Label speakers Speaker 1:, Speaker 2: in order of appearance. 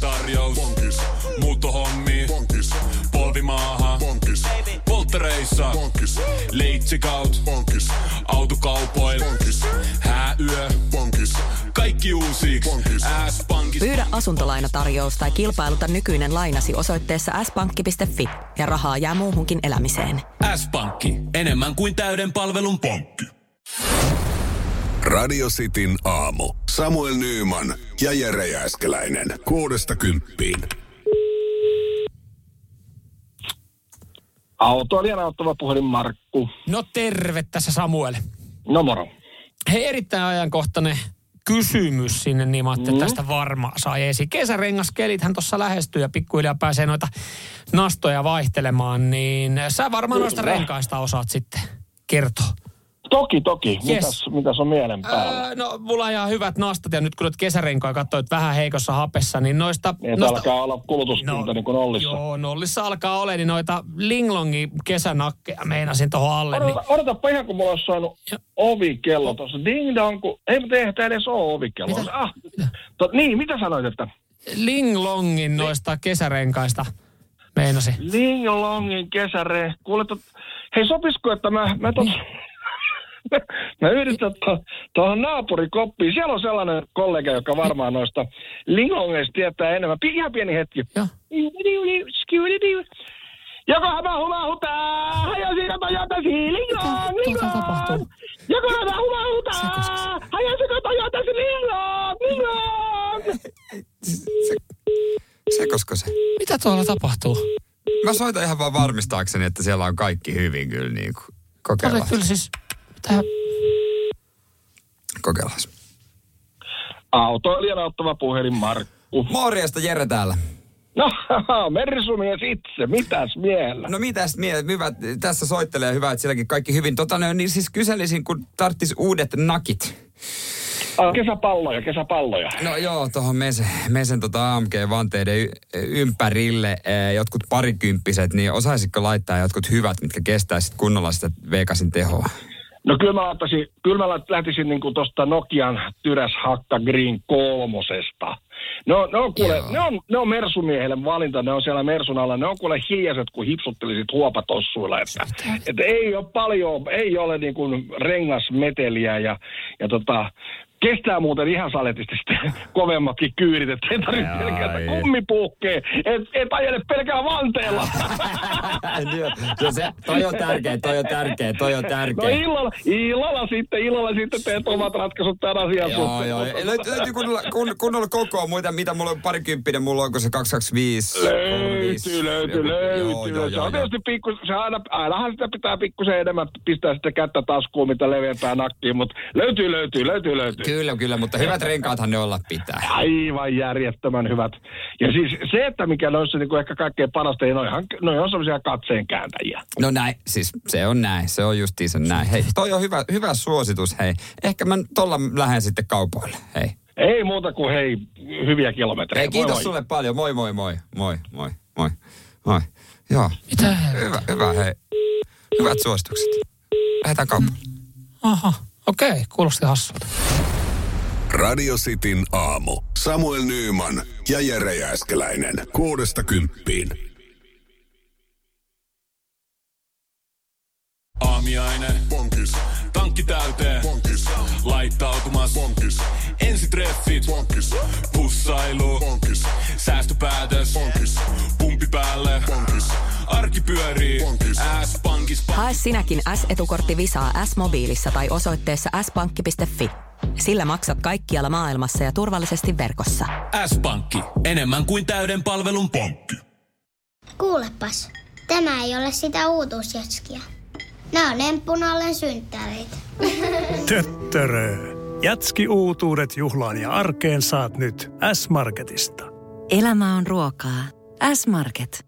Speaker 1: korjaus. Pankis. Muuttohommi. Pankis. Polvimaaha. Pankis. Polttereissa. Pankis. Leitsikaut. Pankis. Autokaupoil. Pankis. Hääyö. Pankis. Kaikki uusi. S-pankki.
Speaker 2: Pyydä asuntolainatarjous tai kilpailuta nykyinen lainasi osoitteessa s-pankki.fi ja rahaa jää muuhunkin elämiseen.
Speaker 1: S-pankki. Enemmän kuin täyden palvelun pankki.
Speaker 3: Radio Cityn aamu. Samuel Nyyman ja Jere Jääskeläinen. Kuudesta kymppiin.
Speaker 4: Autoilijan auttava puhelin Markku.
Speaker 5: No terve tässä Samuel.
Speaker 4: No moro.
Speaker 5: Hei, erittäin ajankohtainen kysymys sinne, niin mä ajattelin, että
Speaker 4: Mm.
Speaker 5: tästä varmaan saa eesi. Kesärengaskelithän tuossa lähestyy ja pikkuhiljaa pääsee noita nastoja vaihtelemaan, niin sä varmaan noista
Speaker 4: Kyllä.
Speaker 5: renkaista osaat sitten kertoa.
Speaker 4: Toki, toki.
Speaker 5: Yes.
Speaker 4: Mitäs, mitäs on mielen päällä?
Speaker 5: Öö, no, mulla on ihan hyvät nastat ja nyt kun noita kesärenkaa katsoit vähän heikossa hapessa, niin noista...
Speaker 4: Niin, että
Speaker 5: noista No,
Speaker 4: alkaa olla kulutuskunta niin kuin Ollissa.
Speaker 5: Joo, nollissa alkaa ole, niin noita linglongi kesänakkeja meinasin tuohon alle. Niin,
Speaker 4: Odota, odotapa ihan, kun mulla olisi saanut
Speaker 5: Joo.
Speaker 4: ovikello tuossa. Ding dong, kun ei mutta eihän tää edes ole ovikello.
Speaker 5: Mitä?
Speaker 4: Ah, to, niin, mitä sanoit, että
Speaker 5: linglongin noista kesärenkaista meinasin.
Speaker 4: Ding longin kesäre. Kuule, tot... hei sopisko, että mä, mä, tot... mä yhdistän to- tuohon naapurikoppiin. Siellä on sellainen kollega, joka varmaan noista lingongeista tietää enemmän. Pi- ihan pieni hetki.
Speaker 5: Joo.
Speaker 4: Joko tämä humahutaa, hajasiko Toyota Lingon,
Speaker 5: Mitä tuolla tapahtuu?
Speaker 4: Lingon. Joko tämä humahutaa, hajasiko Toyota Lingon, Lingon.
Speaker 6: Se koska se.
Speaker 5: Mitä tuolla tapahtuu?
Speaker 6: Mä soitan ihan vaan varmistaakseni, että siellä on kaikki hyvin kyllä niin kuin.
Speaker 5: Ole
Speaker 6: Kokeillaan.
Speaker 5: kyllä siis... Mitä?
Speaker 6: Kokeillaan.
Speaker 4: Autoilijan auttava puhelin Markku.
Speaker 6: Morjesta Jere täällä.
Speaker 4: No, mersumies itse, mitäs miellä?
Speaker 6: No mitäs, mie, hyvä, tässä soittelee hyvä, että sielläkin kaikki hyvin. Tota, no, niin siis kyselisin, kun tarttis uudet nakit.
Speaker 4: Ah, Kesäpalloja, kesäpalloja.
Speaker 6: No joo, tuohon mesen, mesen tota AMG-vanteiden y- ympärille eh, jotkut parikymppiset, niin osaisitko laittaa jotkut hyvät, mitkä kestäisit kunnolla sitä veikasin tehoa?
Speaker 4: No kyllä mä, laittaisin, kyllä mä lait- lähtisin niin tuosta Nokian Tyräs Hakka Green kolmosesta. No, ne on, kuule,
Speaker 6: Joo.
Speaker 4: ne on, ne on mersumiehelle valinta, ne on siellä mersun alla, ne on kuule hiljaiset, kun hipsuttelisit huopatossuilla. Että, että ei ole paljon, ei ole niin kuin rengasmeteliä ja, ja tota, kestää muuten ihan saletisti sitten kovemmakin kyydit, että ei tarvitse
Speaker 6: Ai.
Speaker 4: pelkätä kummipuhkeen, et, et ajele pelkää vanteella.
Speaker 6: Joo, se, toi on tärkeä, toi on tärkeä, toi on
Speaker 4: No
Speaker 6: tärkeä.
Speaker 4: illalla, illalla sitten, illalla sitten teet omat ratkaisut tämän asian
Speaker 6: Joo,
Speaker 4: suhteen.
Speaker 6: joo.
Speaker 4: Mutta-
Speaker 6: Löytyy, löytyy kunnolla, kun, kunnolla kokoa muita, mitä mulla on parikymppinen, mulla onko se 225?
Speaker 4: Löytyy, löytyy,
Speaker 6: Joku-
Speaker 4: löytyy.
Speaker 6: Joo, joo,
Speaker 4: se
Speaker 6: joo,
Speaker 4: on
Speaker 6: joo.
Speaker 4: tietysti pikku, se aina, ainahan sitä pitää pikkusen enemmän pistää sitä kättä taskuun, mitä leveämpää nakkiin, mutta löytyy, löytyy, löytyy, löytyy.
Speaker 6: Kyllä, kyllä, mutta hyvät renkaathan ne olla pitää.
Speaker 4: Aivan järjettömän hyvät. Ja siis se, että mikä noissa niin ehkä kaikkein parasta, niin noihan, noi on semmoisia katseen kääntäjiä.
Speaker 6: No näin, siis se on näin, se on justiinsa näin. Hei, toi on hyvä, hyvä suositus, hei. Ehkä mä tolla lähden sitten kaupoille, hei.
Speaker 4: Ei muuta kuin hei, hyviä kilometrejä.
Speaker 6: Hei, kiitos
Speaker 4: Moi, moi.
Speaker 6: sulle paljon, moi moi moi, moi moi moi, moi. Joo,
Speaker 5: Mitä?
Speaker 6: hyvä, hyvä, hei. Hyvät suositukset. Lähdetään kaupoille.
Speaker 5: Aha, okei, kuulosti hassulta.
Speaker 3: Radio Cityn aamu. Samuel Nyyman ja Jere Jääskeläinen. Kuudesta kymppiin.
Speaker 1: Aamiainen. Bonkis. Tankki täyteen. Bonkis. Laittautumas. Bonkis. Ensitreffit. Bonkis. Pussailu. Bonkis. Säästöpäätös. Bonkis. Pumpi päälle. Bonkis. Arki pyörii. Bonkis. S-pankis.
Speaker 2: Hae sinäkin S-etukortti Visaa S-mobiilissa tai osoitteessa s-pankki.fi. Sillä maksat kaikkialla maailmassa ja turvallisesti verkossa.
Speaker 1: S-pankki. Enemmän kuin täyden palvelun pankki.
Speaker 7: Kuulepas, tämä ei ole sitä uutuusjatskia. Nämä on emppunallen synttäreitä.
Speaker 8: Töttörö. Jätski uutuudet juhlaan ja arkeen saat nyt S-Marketista.
Speaker 9: Elämä on ruokaa. S-Market.